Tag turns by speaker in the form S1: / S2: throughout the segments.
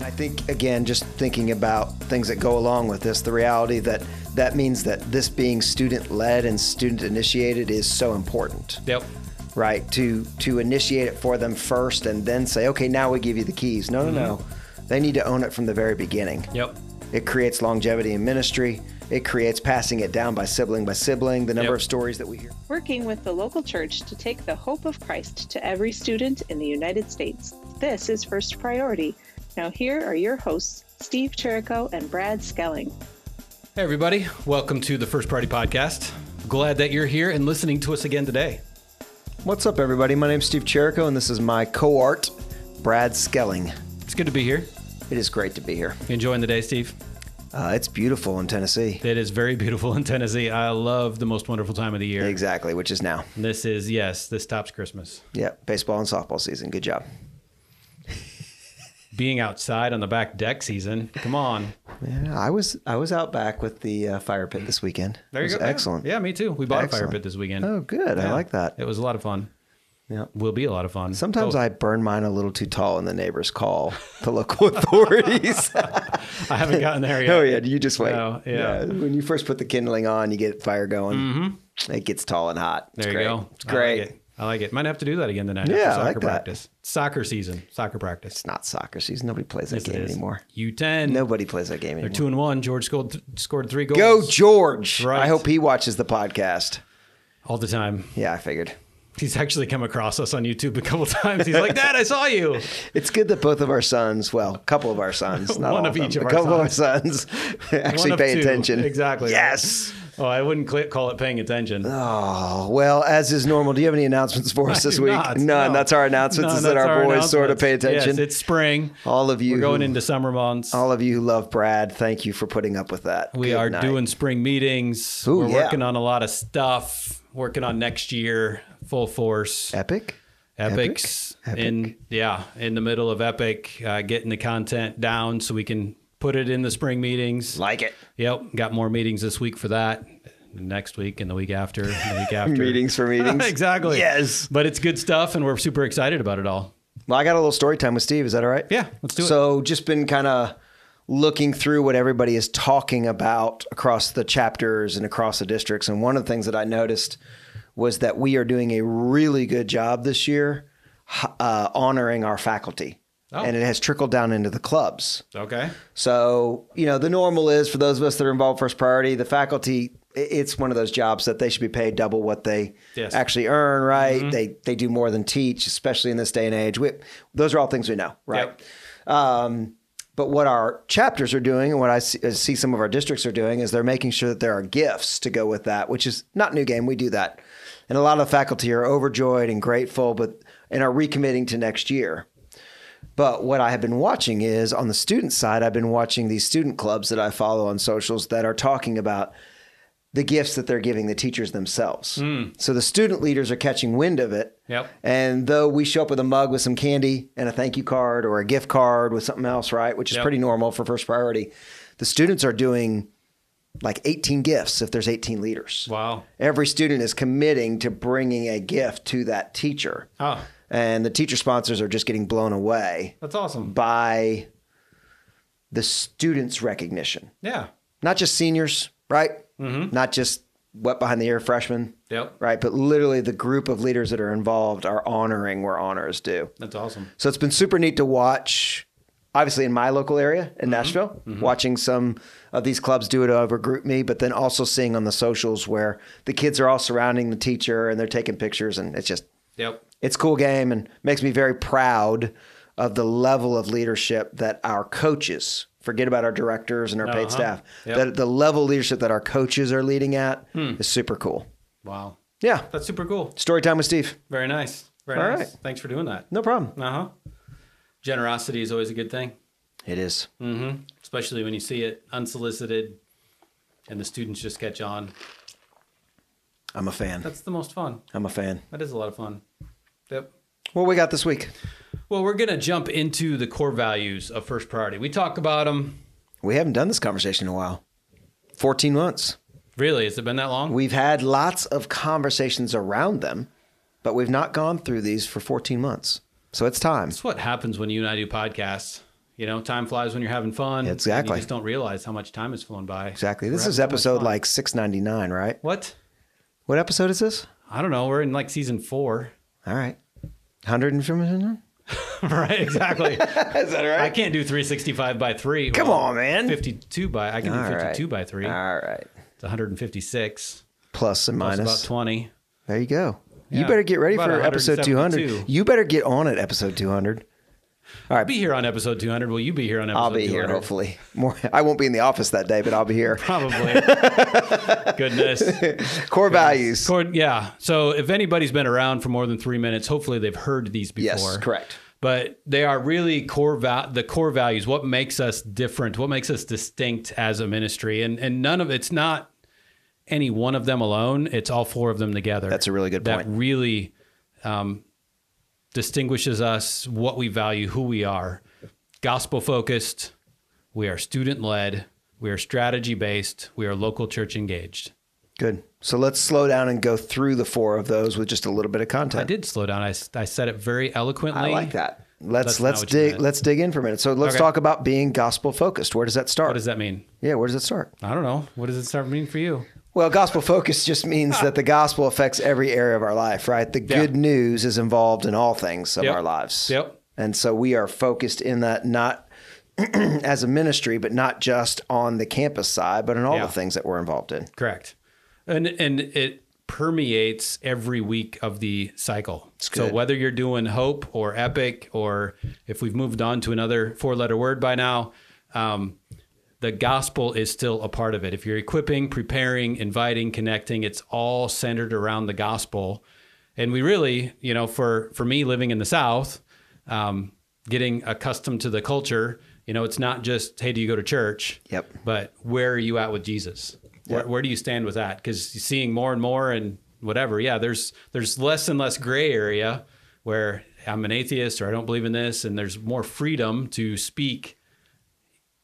S1: I think, again, just thinking about things that go along with this, the reality that that means that this being student led and student initiated is so important.
S2: Yep.
S1: Right? To to initiate it for them first and then say, okay, now we give you the keys. No, no, no. They need to own it from the very beginning.
S2: Yep.
S1: It creates longevity in ministry. It creates passing it down by sibling by sibling, the number
S2: Yep.
S1: of stories that we hear.
S3: working with the local church to take the hope of Christ to every student in the United States. This is First Priority. Now, here are your hosts, Steve Cherico and Brad Skelling.
S2: Hey, everybody. Welcome to the First Party Podcast. Glad that you're here and listening to us again today.
S1: What's up, everybody? My name's Steve Cherico, and this is my co art, Brad Skelling.
S2: It's good to be here.
S1: It is great to be here.
S2: You enjoying the day, Steve?
S1: Uh, it's beautiful in Tennessee.
S2: It is very beautiful in Tennessee. I love the most wonderful time of the year.
S1: Exactly, which is now.
S2: This is, yes, this tops Christmas.
S1: Yeah, baseball and softball season. Good job.
S2: Being outside on the back deck season. Come on.
S1: Yeah, I was I was out back with the uh, fire pit this weekend.
S2: There
S1: It
S2: you
S1: was
S2: go. Yeah.
S1: Excellent.
S2: Yeah, me too. We bought a fire
S1: Excellent.
S2: pit this weekend.
S1: Oh, good. I
S2: Yeah.
S1: like that.
S2: It was a lot of fun.
S1: Yeah.
S2: Will be a lot of fun.
S1: Sometimes
S2: Oh,
S1: I burn mine a little too tall, and the neighbors call the local authorities.
S2: Oh, I haven't gotten there yet.
S1: oh yeah, you just wait.
S2: No, yeah.
S1: When you first put the kindling on, you get fire going. Mm-hmm. It gets tall and hot. It's
S2: There you
S1: great.
S2: go.
S1: It's great.
S2: I like it. I like it. Might have to do that again tonight.
S1: Yeah, I
S2: after soccer
S1: like that.
S2: practice. Soccer season. Soccer practice.
S1: It's not soccer season. Nobody plays that
S2: Yes, it
S1: game
S2: is.
S1: anymore.
S2: U10.
S1: Nobody plays that game
S2: They're
S1: anymore.
S2: two and one. George scored th- scored three goals.
S1: Go George!
S2: Right.
S1: I hope he watches the podcast.
S2: all the time.
S1: Yeah, I figured.
S2: He's actually come across us on YouTube a couple times. He's like, "Dad, I saw you."
S1: It's good that both of our sons, well, a couple of our sons, not
S2: One
S1: all
S2: of each
S1: them,
S2: of
S1: a
S2: our
S1: couple of our sons actually
S2: One of
S1: pay
S2: two.
S1: attention.
S2: Exactly.
S1: Yes.
S2: Oh, I wouldn't cl- call it paying attention.
S1: Oh, well, as is normal, do you have any announcements for us
S2: I
S1: this
S2: do
S1: week?
S2: not.
S1: None.
S2: No.
S1: That's our announcements
S2: None.
S1: is that
S2: That's
S1: our boys sort of pay
S2: announcements.
S1: attention.
S2: Yes, it's spring.
S1: all of you
S2: We're going
S1: who-
S2: into summer months.
S1: all of you who love Brad, thank you for putting up with that.
S2: we
S1: Good
S2: are
S1: night.
S2: doing spring meetings.
S1: Ooh,
S2: We're
S1: yeah.
S2: working on a lot of stuff. Working on next year, full force.
S1: epic.
S2: Epics
S1: E-, Epic?
S2: in yeah in the middle of Epic, uh, getting the content down so we can put it in the spring meetings.
S1: Like it.
S2: Yep, got more meetings this week for that. Next week and the week after, and the week after
S1: Meetings for meetings.
S2: exactly.
S1: Yes.
S2: but it's good stuff, and we're super excited about it all.
S1: Well, I got a little story time with Steve. Is that all right?
S2: Yeah, let's do it.
S1: So, just been kind of looking through what everybody is talking about across the chapters and across the districts. And one of the things that I noticed was that we are doing a really good job this year h- uh, honoring our faculty.
S2: Oh.
S1: And it has trickled down into the clubs.
S2: Okay,
S1: So, you know, the normal is for those of us that are involved first priority, the faculty, i- it's one of those jobs that they should be paid double what they
S2: Yes.
S1: actually earn, right? They they do more than teach, especially in this day and age. We, those are all things we know, right? Um, but what our chapters are doing and what I see, uh, see some of our districts are doing is they're making sure that there are gifts to go with that, which is not new game. We do that. And a lot of faculty are overjoyed and grateful, but and are recommitting to next year. But what I have been watching is on the student side, I've been watching these student clubs that I follow on socials that are talking about the gifts that they're giving the teachers themselves. So the student leaders are catching wind of it.
S2: Hmm. Yep.
S1: And though we show up with a mug with some candy and a thank you card or a gift card with something else, right, which is
S2: Yep.
S1: pretty normal for first priority, the students are doing like 18 gifts if there's 18 leaders.
S2: wow.
S1: Every student is committing to bringing a gift to that teacher.
S2: Oh,
S1: And the teacher sponsors are just getting blown away
S2: that's awesome.
S1: by the students' recognition,
S2: Yeah.
S1: not just seniors, right? Not just wet behind the ear freshmen,
S2: Yep.
S1: right? But literally the group of leaders that are involved are honoring where honor is due.
S2: That's awesome.
S1: So it's been super neat to watch, obviously in my local area in Nashville, watching some of these clubs do it over Group Me, but then also seeing on the socials where the kids are all surrounding the teacher and they're taking pictures, and it's just
S2: Yep.
S1: it's a cool game and makes me very proud of the level of leadership that our coaches forget about our directors and our paid
S2: Uh-huh.
S1: staff
S2: Yep. Hmm.
S1: that the level of leadership that our coaches are leading at is super cool
S2: Wow.
S1: yeah
S2: That's super cool.
S1: story time with steve
S2: Very nice. Very
S1: All
S2: nice.
S1: right. Uh-huh.
S2: Thanks for doing that.
S1: no problem
S2: Uh huh. Generosity is always a good thing.
S1: it is
S2: Mm-hmm. Especially when you see it unsolicited and the students just catch on.
S1: i'm a fan
S2: That's the most fun.
S1: i'm a fan
S2: That is a lot of fun. Yep.
S1: what we got this week
S2: Well, we're going to jump into the core values of first priority. We talk about them.
S1: we haven't done this conversation in a while 14 months
S2: Really? Has it been that long?
S1: we've had lots of conversations around them but we've not gone through these for 14 months so it's time
S2: That's what happens when you and I do podcasts. You know, time flies when you're having fun. and
S1: Exactly.
S2: You just don't realize how much time has flown by.
S1: Exactly. This
S2: We're
S1: is
S2: having so much
S1: episode
S2: fun.
S1: like 699, right?
S2: What?
S1: What episode is this?
S2: I don't know. We're in like season four.
S1: All right. 100 and
S2: right. Exactly.
S1: Is that
S2: I can't do 365 by three.
S1: Come
S2: Well,
S1: on, man.
S2: 52 by, I can
S1: All
S2: do
S1: right.
S2: 52 by three.
S1: All right.
S2: It's 156.
S1: Plus and
S2: Plus
S1: minus.
S2: about 20.
S1: There you go. You
S2: Yeah,
S1: better get ready
S2: about
S1: for episode 200.
S2: 172.
S1: You better get on it, episode 200.
S2: I'll be here on episode 200. Will you be here on episode
S1: I'll be here,
S2: 200?
S1: hopefully. More. I won't be in the office that day, but I'll be here.
S2: Probably. Goodness.
S1: Core values.
S2: Cord- yeah. So if anybody's been around for more than three minutes, hopefully they've heard these before.
S1: Yes, correct.
S2: But they are really core val- the core values. What makes us different? What makes us distinct as a ministry? And and none of it's not any one of them alone. It's all four of them together.
S1: That's a really good
S2: that
S1: point.
S2: really um, distinguishes us, what we value, who we are. Gospel focused. We are student led. We are strategy based. We are local church engaged.
S1: Good. So let's slow down and go through the four of those with just a little bit of content.
S2: I did slow down. I, s- I said it very eloquently.
S1: I like that. Let's
S2: That's not
S1: let's
S2: what you
S1: dig
S2: meant.
S1: let's dig in for a minute. So let's
S2: Okay.
S1: talk about being gospel focused. Where does that start?
S2: What does that mean?
S1: yeah, where does it start?
S2: I don't know. What does it start mean for you?
S1: Well, gospel focus just means
S2: Ah.
S1: that the gospel affects every area of our life, right? The good news is involved in all things of
S2: Yep.
S1: our lives.
S2: Yep.
S1: And so we are focused in that not as a ministry, but not just on the campus side, but on all
S2: Yeah.
S1: the things that we're involved in.
S2: Correct. And and it permeates every week of the cycle. So
S1: good.
S2: whether you're doing hope or epic or if we've moved on to another four letter word by now, um, the gospel is still a part of it. If you're equipping, preparing, inviting, connecting, it's all centered around the gospel. And we really, you know, for for me living in the South, um, getting accustomed to the culture, you know, it's not just hey, do you go to church?
S1: Yep.
S2: but where are you at with Jesus? Where, where do you stand with that? Because seeing more and more and whatever, yeah, there's there's less and less gray area where I'm an atheist or I don't believe in this, and there's more freedom to speak.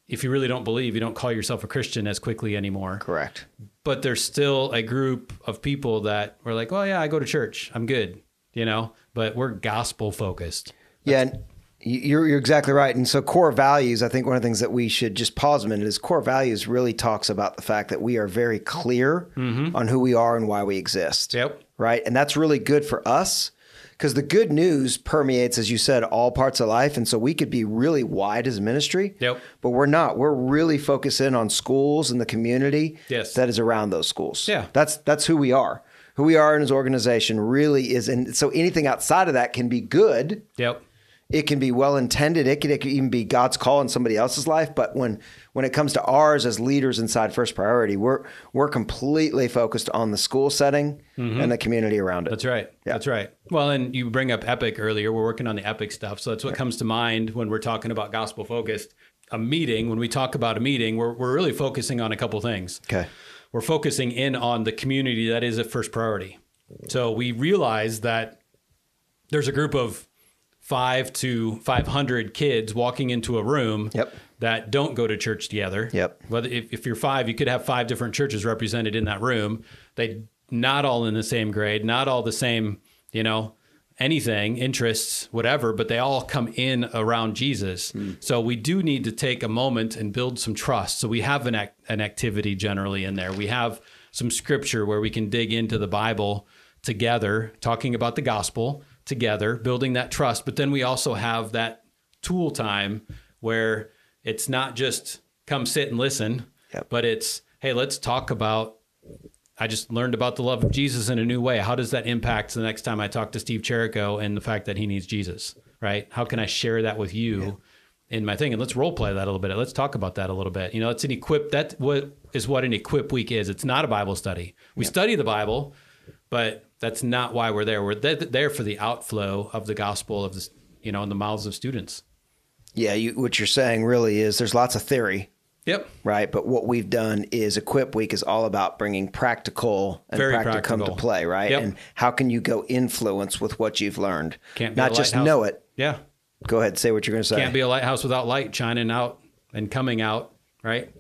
S2: If you really don't believe, you don't call yourself a Christian as quickly anymore.
S1: Correct.
S2: But there's still a group of people that were like, "Well, yeah, I go to church. I'm good," you know. But we're gospel focused.
S1: Yeah, and you're you're exactly right. And so core values, I think one of the things that we should just pause a minute is core values really talks about the fact that we are very clear
S2: Mm-hmm.
S1: on who we are and why we exist.
S2: Yep.
S1: Right. And that's really good for us because the good news permeates, as you said, all parts of life. And so we could be really wide as a ministry.
S2: Yep.
S1: But we're not. We're really focused in on schools and the community
S2: Yes.
S1: that is around those schools.
S2: Yeah.
S1: That's that's who we are. Who we are in his organization really is and so anything outside of that can be good
S2: Yep.
S1: it can be well intended. It could, it could even be God's call in somebody else's life. But when when it comes to ours as leaders inside First Priority, we're we're completely focused on the school setting and the community around it.
S2: Mm-hmm. That's right. That's right. Well, and you bring up Epic earlier. We're working on the Epic stuff. So that's what comes to mind when we're talking about gospel focused. A meeting, when we talk about a meeting, we're, we're really focusing on a couple things.
S1: Okay.
S2: We're focusing in on the community that is a first priority. So we realize that there's a group of five to 500 kids walking into a room
S1: Yep.
S2: that don't go to church together.
S1: Yep.
S2: Whether if, if you're five, you could have five different churches represented in that room. They not all in the same grade, not all the same, you know, anything, interests, whatever, but they all come in around Jesus. So we do need to take a moment and build some trust. So we have an act, an activity generally in there. We have some scripture where we can dig into the Bible together, talking about the gospel together, building that trust. But then we also have that tool time where it's not just come sit and listen,
S1: Yep.
S2: but it's hey, let's talk about. I just learned about the love of Jesus in a new way. How does that impact the next time I talk to Steve Jericho and the fact that he needs Jesus, right? How can I share that with you in my thing? And let's role play that a little bit. Let's talk about that a little bit. You know, it's an equip. That what is what an equip week is. It's not a Bible study. We study the Bible, but that's not why we're there. We're th- there for the outflow of the gospel of this, you know, in the mouths of students.
S1: Yeah, you, what you're saying really is there's lots of theory,
S2: Yep.
S1: right? But what we've done is Equip Week is all about bringing practical and
S2: Very
S1: practicum
S2: practical.
S1: to play, right?
S2: Yep.
S1: And how can you go influence with what you've learned?
S2: Can't be a
S1: not just
S2: lighthouse.
S1: know it.
S2: Yeah.
S1: Go ahead, say what you're going to say.
S2: Can't be a lighthouse without light shining out and coming out, right?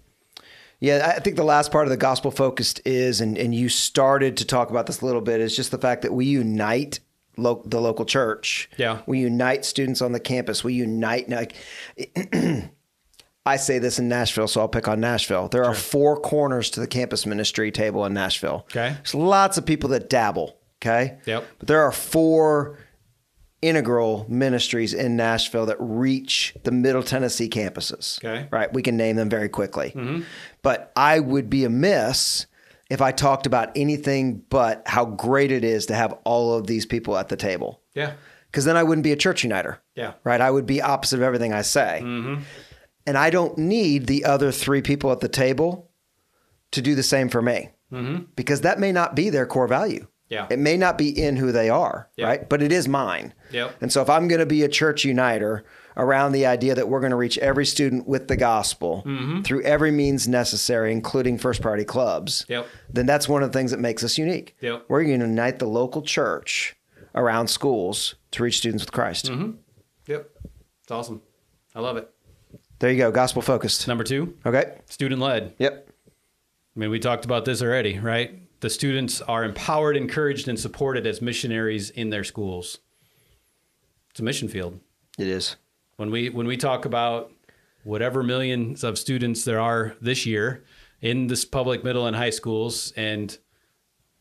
S1: Yeah, I think the last part of the gospel focused is, and, and you started to talk about this a little bit, is just the fact that we unite lo- the local church.
S2: Yeah.
S1: We unite students on the campus. We unite. Like, I say this in Nashville, so I'll pick on Nashville. There are four corners to the campus ministry table in Nashville.
S2: Okay.
S1: There's lots of people that dabble. Okay.
S2: Yep.
S1: But there are four integral ministries in Nashville that reach the Middle Tennessee campuses.
S2: Okay. Mm-hmm.
S1: Right. We can name them very quickly. But I would be amiss if I talked about anything but how great it is to have all of these people at the table.
S2: Yeah.
S1: Because then I wouldn't be a church uniter.
S2: Yeah.
S1: Right. I would be opposite of everything I say.
S2: Mm-hmm.
S1: And I don't need the other three people at the table to do the same for me because that may not be their core value.
S2: Mm-hmm. Yeah.
S1: It may not be in who they are.
S2: Yeah.
S1: Right. But it is mine.
S2: Yep.
S1: And so if I'm going to be a church uniter around the idea that we're going to reach every student with the gospel
S2: Mm-hmm.
S1: through every means necessary, including first party clubs,
S2: Yep.
S1: then that's one of the things that makes us unique.
S2: Yep.
S1: We're going to unite the local church around schools to reach students with Christ.
S2: Mm-hmm. Yep. It's awesome. I love it.
S1: There you go, gospel focused.
S2: Number two,
S1: Okay.
S2: student led.
S1: Yep.
S2: I mean, we talked about this already, right? The students are empowered, encouraged, and supported as missionaries in their schools. It's a mission field.
S1: It is.
S2: when we when we talk about whatever millions of students there are this year in this public middle and high schools and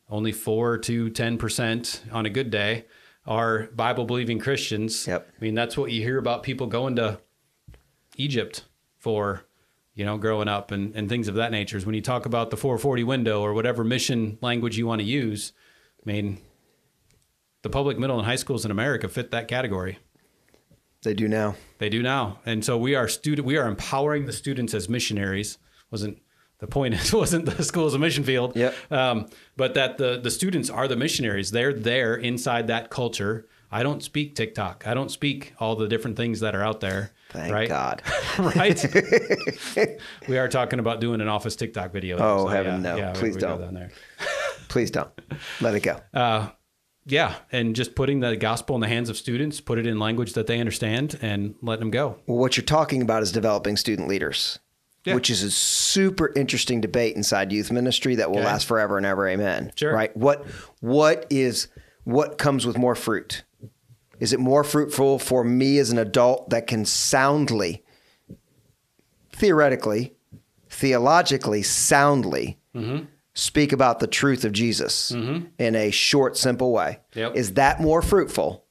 S2: only 4 to 10% on a good day are bible believing christians
S1: Yep.
S2: i mean that's what you hear about people going to egypt for you know growing up and, and things of that nature is when you talk about the 440 window or whatever mission language you want to use i mean the public middle and high schools in america fit that category
S1: They do now.
S2: they do now, and so we are student. We are empowering the students as missionaries. Wasn't the point? It wasn't the school as a mission field.
S1: Yep.
S2: Um, but that the the students are the missionaries. They're there inside that culture. I don't speak TikTok. I don't speak all the different things that are out there.
S1: Thank
S2: right?
S1: God.
S2: right. we are talking about doing an office TikTok video.
S1: Oh, heaven, no.
S2: we-
S1: Please
S2: we go
S1: don't.
S2: down there.
S1: Please don't. Let it go.
S2: Yeah, and just putting the gospel in the hands of students, put it in language that they understand, and let them go.
S1: well, what you're talking about is developing student leaders,
S2: Yeah.
S1: which is a super interesting debate inside youth ministry that will
S2: Okay.
S1: last forever and ever. Amen.
S2: Sure.
S1: Right. What what is what comes with more fruit? Is it more fruitful for me as an adult that can soundly, theoretically, theologically, soundly
S2: Mm-hmm.
S1: speak about the truth of Jesus in a short, simple way?
S2: Yep.
S1: Is that more fruitful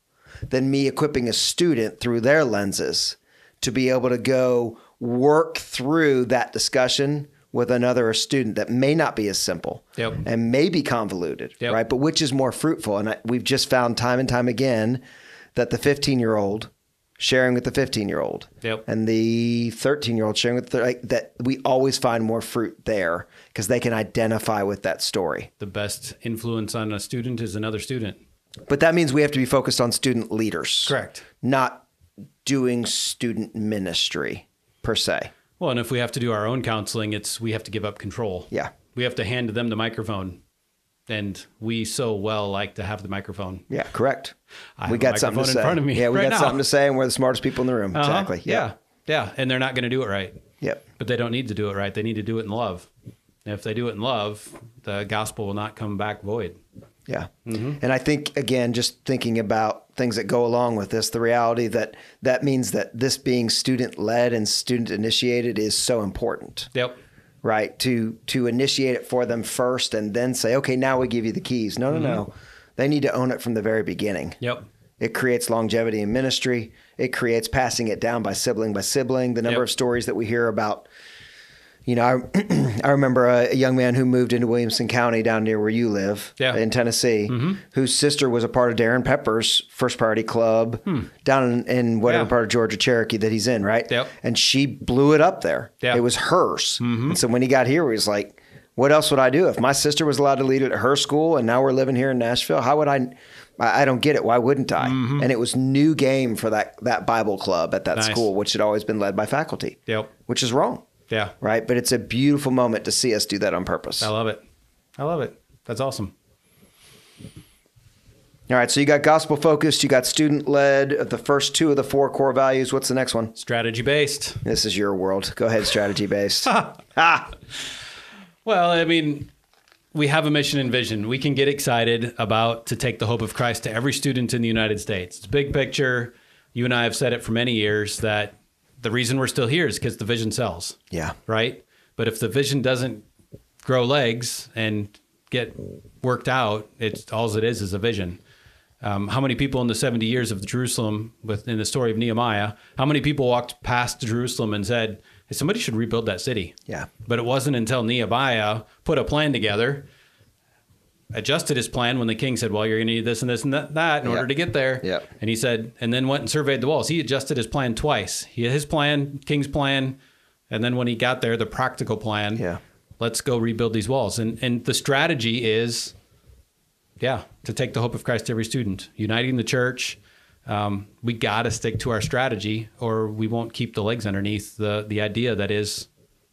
S1: than me equipping a student through their lenses to be able to go work through that discussion with another student that may not be as simple
S2: Yep.
S1: and may be convoluted,
S2: Yep.
S1: right? But which is more fruitful? And I, we've just found time and time again that the 15 year old sharing with the 15 year old
S2: Yep.
S1: and the 13 year old sharing with the, like, that we always find more fruit there because they can identify with that story.
S2: the best influence on a student is another student.
S1: But that means we have to be focused on student leaders.
S2: Correct.
S1: Not doing student ministry per se.
S2: Well, and if we have to do our own counseling, it's we have to give up control.
S1: Yeah.
S2: We have to hand them the microphone. And we so well like to have the microphone.
S1: Yeah, correct.
S2: I have
S1: we
S2: a
S1: got something to
S2: microphone in
S1: say.
S2: front of me
S1: yeah, we
S2: right
S1: got
S2: now.
S1: something to say, and we're the smartest people in the room.
S2: Uh-huh.
S1: Exactly.
S2: Yeah. Yeah. And they're not going to do it right.
S1: Yep.
S2: But they don't need to do it right. They need to do it in love. And if they do it in love, the gospel will not come back void.
S1: Yeah.
S2: Mm-hmm.
S1: And I think again, just thinking about things that go along with this, the reality that that means that this being student led and student initiated is so important.
S2: Yep.
S1: right to to initiate it for them first and then say okay now we give you the keys no no
S2: Mm-hmm.
S1: no they need to own it from the very beginning
S2: Yep.
S1: it creates longevity in ministry it creates passing it down by sibling by sibling the number
S2: Yep.
S1: of stories that we hear about you know i, I remember a, a young man who moved into williamson county down near where you live
S2: Yeah. Mm-hmm.
S1: in tennessee whose sister was a part of darren pepper's first priority club down in, in whatever
S2: Hmm. Yeah.
S1: part of georgia cherokee that he's in right
S2: Yep.
S1: and she blew it up there
S2: Yeah. Mm-hmm.
S1: it was hers. And so when he got here, he was like, what else would I do if my sister was allowed to lead at her school and now we're living here in Nashville? How would I? I I don't get it. Why wouldn't I? And it was new game for that that Bible club at that
S2: Mm-hmm. Nice.
S1: school, which had always been led by faculty.
S2: Yep.
S1: Which is wrong,
S2: Yeah.
S1: right? But it's a beautiful moment to see us do that on purpose.
S2: I love it. I love it. That's awesome.
S1: All right, so you got gospel focused, you got student led. The first two of the four core values. What's the next one?
S2: Strategy based.
S1: This is your world. Go ahead, strategy based.
S2: Well, I mean, we have a mission and vision. We can get excited about to take the hope of Christ to every student in the United States. It's big picture. You and I have said it for many years that the reason we're still here is because the vision sells,
S1: Yeah.
S2: right? But if the vision doesn't grow legs and get worked out, it's all it is is a vision. Um, how many people in the 70 years of Jerusalem, within the story of Nehemiah, how many people walked past Jerusalem and said, hey, somebody should rebuild that city?
S1: Yeah.
S2: But it wasn't until Nehemiah put a plan together, adjusted his plan when the king said, Well, you're going to need this and this and that, that in
S1: Yeah.
S2: order to get there.
S1: Yeah.
S2: And he said, and then went and surveyed the walls. He adjusted his plan twice. He had his plan, king's plan, and then when he got there, the practical plan.
S1: Yeah.
S2: Let's go rebuild these walls. And and the strategy is yeah, to take the hope of Christ to every student, uniting the church. Um, we got to stick to our strategy, or we won't keep the legs underneath the the idea that is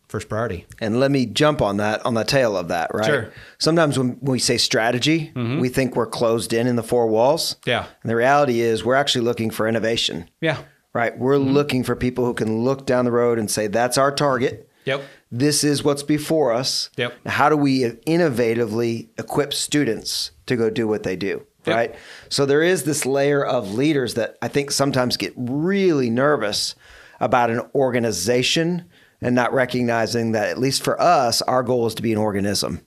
S2: first priority.
S1: And let me jump on that, on the tail of that, right?
S2: Sure. Mm-hmm.
S1: Sometimes when we say strategy, we think we're closed in in the four walls.
S2: Yeah.
S1: And the reality is we're actually looking for innovation,
S2: Yeah. Mm-hmm.
S1: right? We're looking for people who can look down the road and say, that's our target.
S2: Yep.
S1: This is what's before us.
S2: Yep.
S1: Now, How do we innovatively equip students to go do what they do?
S2: Yep.
S1: Right. So there is this layer of leaders that I think sometimes get really nervous about an organization and not recognizing that, at least for us, our goal is to be an organism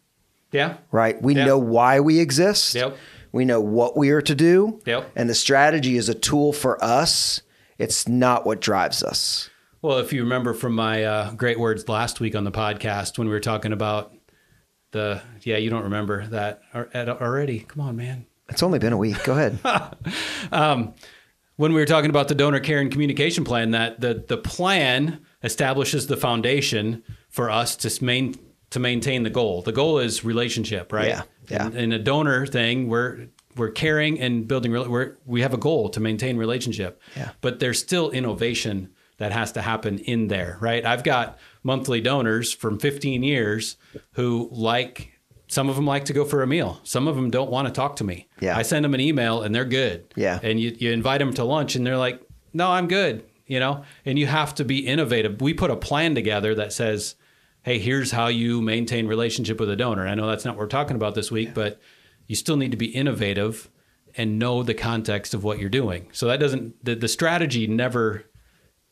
S2: Yeah.
S1: right? We
S2: Yep.
S1: know why we exist.
S2: Yep.
S1: We know what we are to do.
S2: Yep.
S1: And the strategy is a tool for us. It's not what drives us.
S2: Well, if you remember from my uh, great words last week on the podcast when we were talking about the yeah, you don't remember that al- al- already. Come on, man.
S1: It's only been a week. Go ahead.
S2: when we were talking about the donor care and communication plan that the the plan establishes the foundation for us to s- main to maintain the goal. The goal is relationship, right?
S1: Yeah, yeah.
S2: In, in a donor thing, we're we're caring and building. rela- We're, we have a goal to maintain relationship.
S1: Yeah.
S2: But there's still innovation that has to happen in there, right? I've got monthly donors from 15 years who like. Some of them like to go for a meal. Some of them don't want to talk to me.
S1: Yeah.
S2: I send them an email and they're good
S1: Yeah.
S2: and you, you invite them to lunch and they're like no i'm good you know and you have to be innovative we put a plan together that says hey here's how you maintain relationship with a donor i know that's not what we're talking about this week but you still need to be innovative and know the context of what you're doing so that doesn't the, the strategy never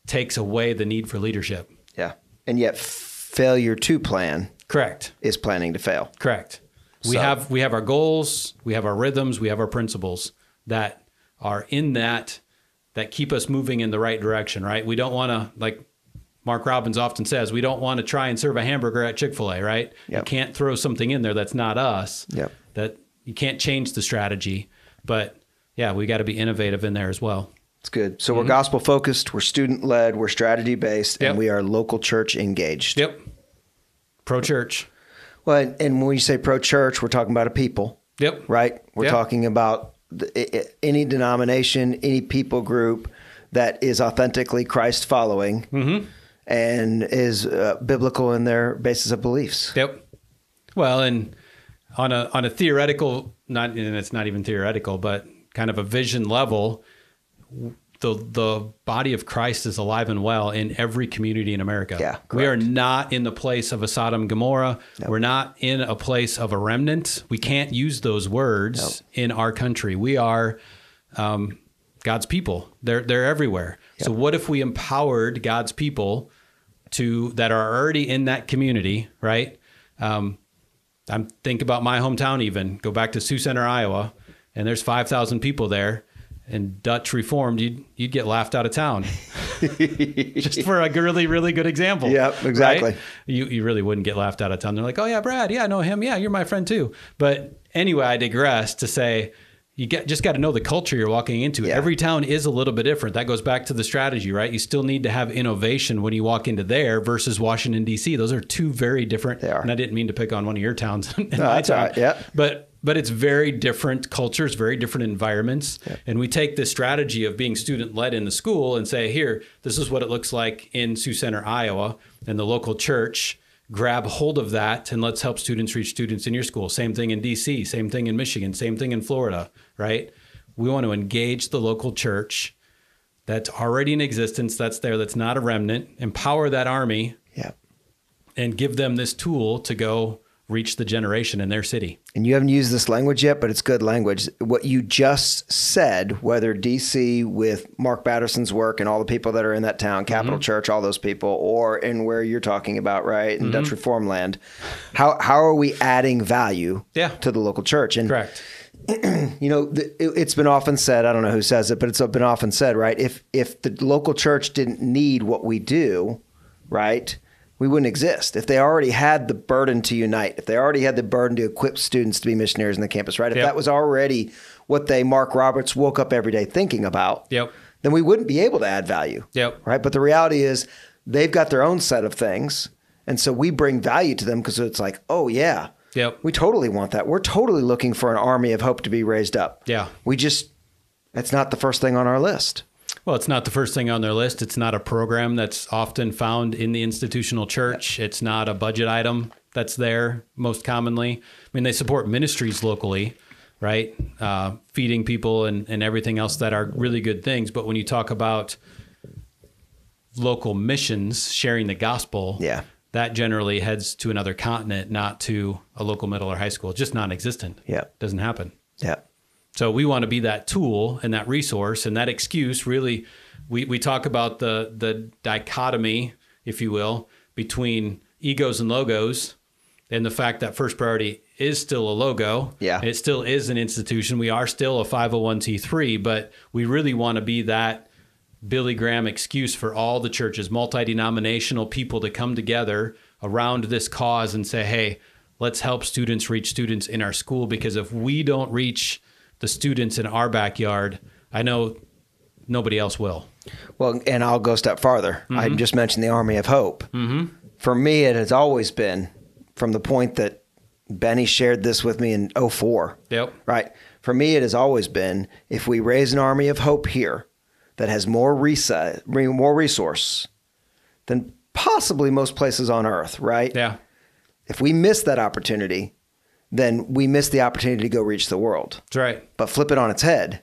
S2: takes away the need for leadership
S1: yeah. And yet, failure to plan
S2: correct
S1: is planning to fail.
S2: Correct. We
S1: So-
S2: have we have our goals, we have our rhythms, we have our principles that are in that that keep us moving in the right direction, right? We don't want to like Mark Robbins often says, we don't want to try and serve a hamburger at Chick-fil-A, right? You
S1: Yep.
S2: can't throw something in there that's not us.
S1: Yep.
S2: That you can't change the strategy, but yeah, we got to be innovative in there as well.
S1: It's good. So we're gospel focused, we're student led, we're strategy based,
S2: Mm-hmm. Yep.
S1: and we are local church engaged.
S2: Yep. Pro church.
S1: Well, and, and when you say pro church, we're talking about a people.
S2: Yep.
S1: right? We're
S2: Yeah.
S1: talking about the, i- i- any denomination, any people group that is authentically Christ following
S2: Mm-hmm.
S1: and is uh, biblical in their basis of beliefs.
S2: Yep. Well, and on a on a theoretical, not and it's not even theoretical, but kind of a vision level, the the body of Christ is alive and well in every community in America.
S1: Yeah,
S2: we are not in the place of a Sodom and Gomorrah. We're not in a place of a remnant. We can't use those words in our country. We are um, God's people. They're they're everywhere. So what if we empowered God's people to that are already in that community, right? Um, I'm think about my hometown even. Go back to Sioux Center, Iowa, and there's 5,000 people there. And Dutch Reformed, you'd you'd get laughed out of town, just for a really really good example.
S1: Yep, exactly.
S2: right? You you really wouldn't get laughed out of town. They're like, oh yeah, Brad, yeah, I know him, yeah, you're my friend too. But anyway, I digress to say you get just got to know the culture you're walking into.
S1: Yeah.
S2: Every town is a little bit different. That goes back to the strategy, right? You still need to have innovation when you walk into there versus Washington D.C. Those are two very different.
S1: They are.
S2: And I didn't mean to pick on one of your towns in my
S1: that's all
S2: town.
S1: right. Yeah.
S2: But but it's very different cultures, very different environments. And we take this strategy of being student led in the school and say, here, this is what it looks like in Sioux Center, Iowa, and the local church. Grab hold of that and let's help students reach students in your school. Same thing in DC, same thing in Michigan, same thing in Florida, right? We want to engage the local church that's already in existence, that's there, that's not a remnant, empower that army
S1: Yeah.
S2: and give them this tool to go reach the generation in their city.
S1: and you haven't used this language yet, but it's good language. What you just said, whether DC with Mark Batterson's work and all the people that are in that
S2: Mm-hmm.
S1: town, Capital Church, all those people, or in where you're talking about, right, in
S2: Mm-hmm.
S1: Dutch Reform land, how how are we adding value
S2: Yeah.
S1: to the local church? And
S2: Correct.
S1: you know, the, it, it's been often said. I don't know who says it, but it's been often said, right? If if the local church didn't need what we do, right, we wouldn't exist. If they already had the burden to unite, if they already had the burden to equip students to be missionaries in the campus, right? If
S2: Yep.
S1: that was already what they Mark Roberts woke up every day thinking about,
S2: Yep.
S1: then we wouldn't be able to add value,
S2: Yep.
S1: right? But the reality is, they've got their own set of things, and so we bring value to them because it's like, oh yeah,
S2: Yep.
S1: we totally want that. We're totally looking for an army of hope to be raised up.
S2: Yeah.
S1: We just, that's not the first thing on our list.
S2: Well, it's not the first thing on their list. It's not a program that's often found in the institutional church. It's not a budget item that's there most commonly. I mean, they support ministries locally, right? Uh, feeding people and, and everything else that are really good things. But when you talk about local missions, sharing the gospel,
S1: Yeah.
S2: that generally heads to another continent, not to a local middle or high school. It's just non existent.
S1: Yeah.
S2: Doesn't happen.
S1: Yeah.
S2: So we want to be that tool and that resource and that excuse. Really, we, we talk about the the dichotomy, if you will, between egos and logos, and the fact that first priority is still a logo.
S1: Yeah.
S2: it still is an institution. We are still a five hundred one c three, but we really want to be that Billy Graham excuse for all the churches, multi denominational people to come together around this cause and say, hey, let's help students reach students in our school because if we don't reach the students in our backyard, I know nobody else will.
S1: Well, and I'll go a step farther. I just mentioned the army of hope. Mm-hmm. For me, it has always been from the point that Benny shared this with me in 04.
S2: Yep.
S1: Right. For me, it has always been if we raise an army of hope here that has more, resi- more resource than possibly most places on earth, right?
S2: Yeah.
S1: If we miss that opportunity, then we miss the opportunity to go reach the world.
S2: That's right.
S1: But flip it on its head.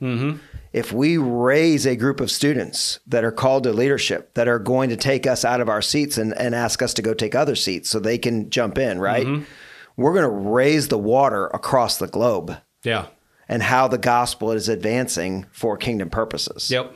S1: If we raise a group of students that are called to leadership, that are going to take us out of our seats and, and ask us to go take other seats so they can jump in, right? We're going to raise the water across the globe
S2: Yeah.
S1: and how the gospel is advancing for kingdom purposes
S2: Yep.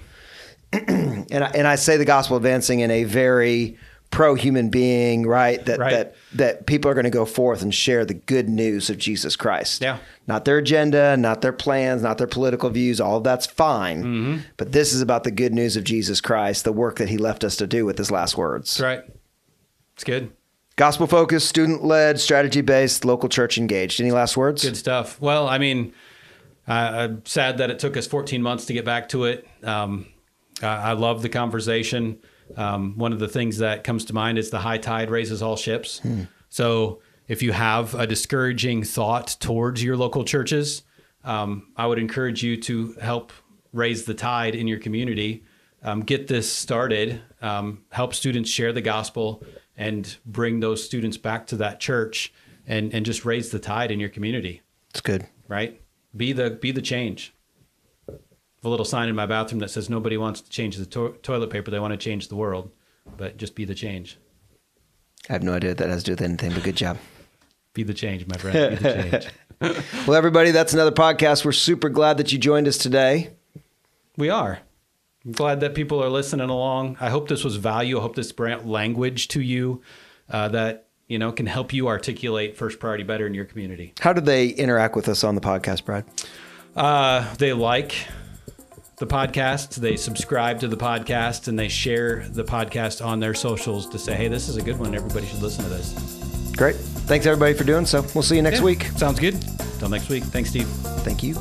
S1: and I, and I say the gospel advancing in a very pro human being, right? That
S2: Right.
S1: that that people are going to go forth and share the good news of Jesus Christ.
S2: Yeah.
S1: Not their agenda, not their plans, not their political views, all of that's fine.
S2: Mm-hmm.
S1: But this is about the good news of Jesus Christ, the work that he left us to do with his last words.
S2: That's right. It's good.
S1: Gospel focused, student led, strategy based, local church engaged. Any last words?
S2: Good stuff. Well, I mean, I I'm sad that it took us 14 months to get back to it. Um, I, I love the conversation. Um, one of the things that comes to mind is the high tide raises all ships. So if you have a discouraging thought towards your local churches, um, I would encourage you to help raise the tide in your community. Um, get this started. Um, help students share the gospel and bring those students back to that church and, and just raise the tide in your community
S1: It's good.
S2: right? Be the be the change. I have a little sign in my bathroom that says nobody wants to change the to- toilet paper; they want to change the world. But just be the change.
S1: I have no idea what that has to do with anything, but good job.
S2: Be the change, my friend. Be the change.
S1: Well, everybody, that's another podcast. We're super glad that you joined us today.
S2: We are. I'm glad that people are listening along. I hope this was value. I hope this brought language to you uh, that you know can help you articulate first priority better in your community.
S1: How do they interact with us on the podcast, Brad?
S2: Uh, they like the podcast, they subscribe to the podcast, and they share the podcast on their socials to say, hey, this is a good one. Everybody should listen to this.
S1: Great. Thanks everybody for doing so. We'll see you next
S2: Yeah,
S1: week.
S2: Sounds good. Till next week. Thanks, Steve.
S1: Thank you.